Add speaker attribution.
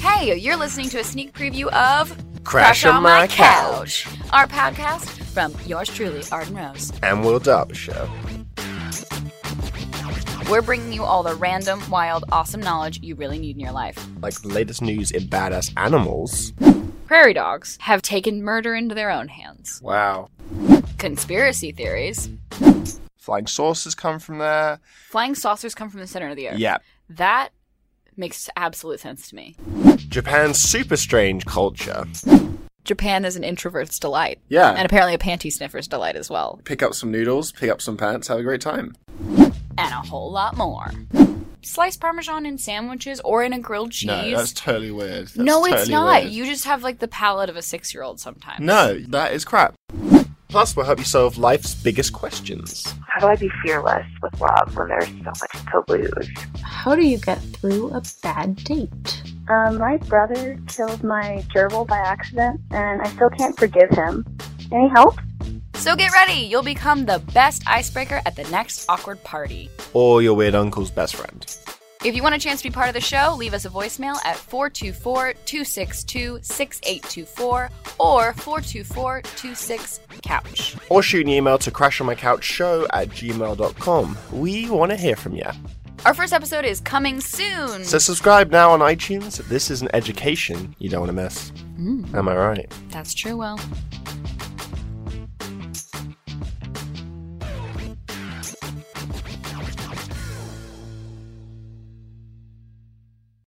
Speaker 1: Hey, you're listening to a sneak preview of
Speaker 2: Crash on My Couch.
Speaker 1: our podcast from yours truly, Arden Rose.
Speaker 2: and Will Derbyshire.
Speaker 1: We're bringing you all the random, wild, awesome knowledge you really need in your life.
Speaker 2: Like the latest news in badass animals.
Speaker 1: Prairie dogs have taken murder into their own hands.
Speaker 2: Wow.
Speaker 1: Conspiracy theories.
Speaker 2: Flying saucers come from there.
Speaker 1: Flying saucers come from the center of the earth.
Speaker 2: Yeah.
Speaker 1: That makes absolute sense to me.
Speaker 2: Japan's super strange culture.
Speaker 1: Japan is an introvert's delight.
Speaker 3: Yeah.
Speaker 1: And apparently a panty sniffer's delight as well.
Speaker 3: pick up some noodles, pick up some pants, have a great time.
Speaker 1: And a whole lot more. Sliced parmesan in sandwiches or in a grilled cheese.
Speaker 3: No, that's totally weird. That's
Speaker 1: No, it's
Speaker 3: totally
Speaker 1: not.
Speaker 3: weird.
Speaker 1: You just have like the palate of a six year old sometimes.
Speaker 3: No, that is crap.
Speaker 2: Plus, we'll help you solve life's biggest questions.
Speaker 4: How do I be fearless with love when there's so much to lose?
Speaker 5: How do you get through a bad date?
Speaker 6: Um, my brother killed my gerbil by accident, and I still can't forgive him. Any help?
Speaker 1: So get ready. You'll become the best icebreaker at the next awkward party.
Speaker 2: Or your weird uncle's best friend.
Speaker 1: If you want a chance to be part of the show, leave us a voicemail at 424 262 6824 or 424 26 Couch.
Speaker 2: Or shoot an email to crashonmycouchshow at gmail.com. We want to hear from you.
Speaker 1: Our first episode is coming soon.
Speaker 2: So subscribe now on iTunes. This is an education you don't want to miss. Am I right?
Speaker 1: That's true, Well.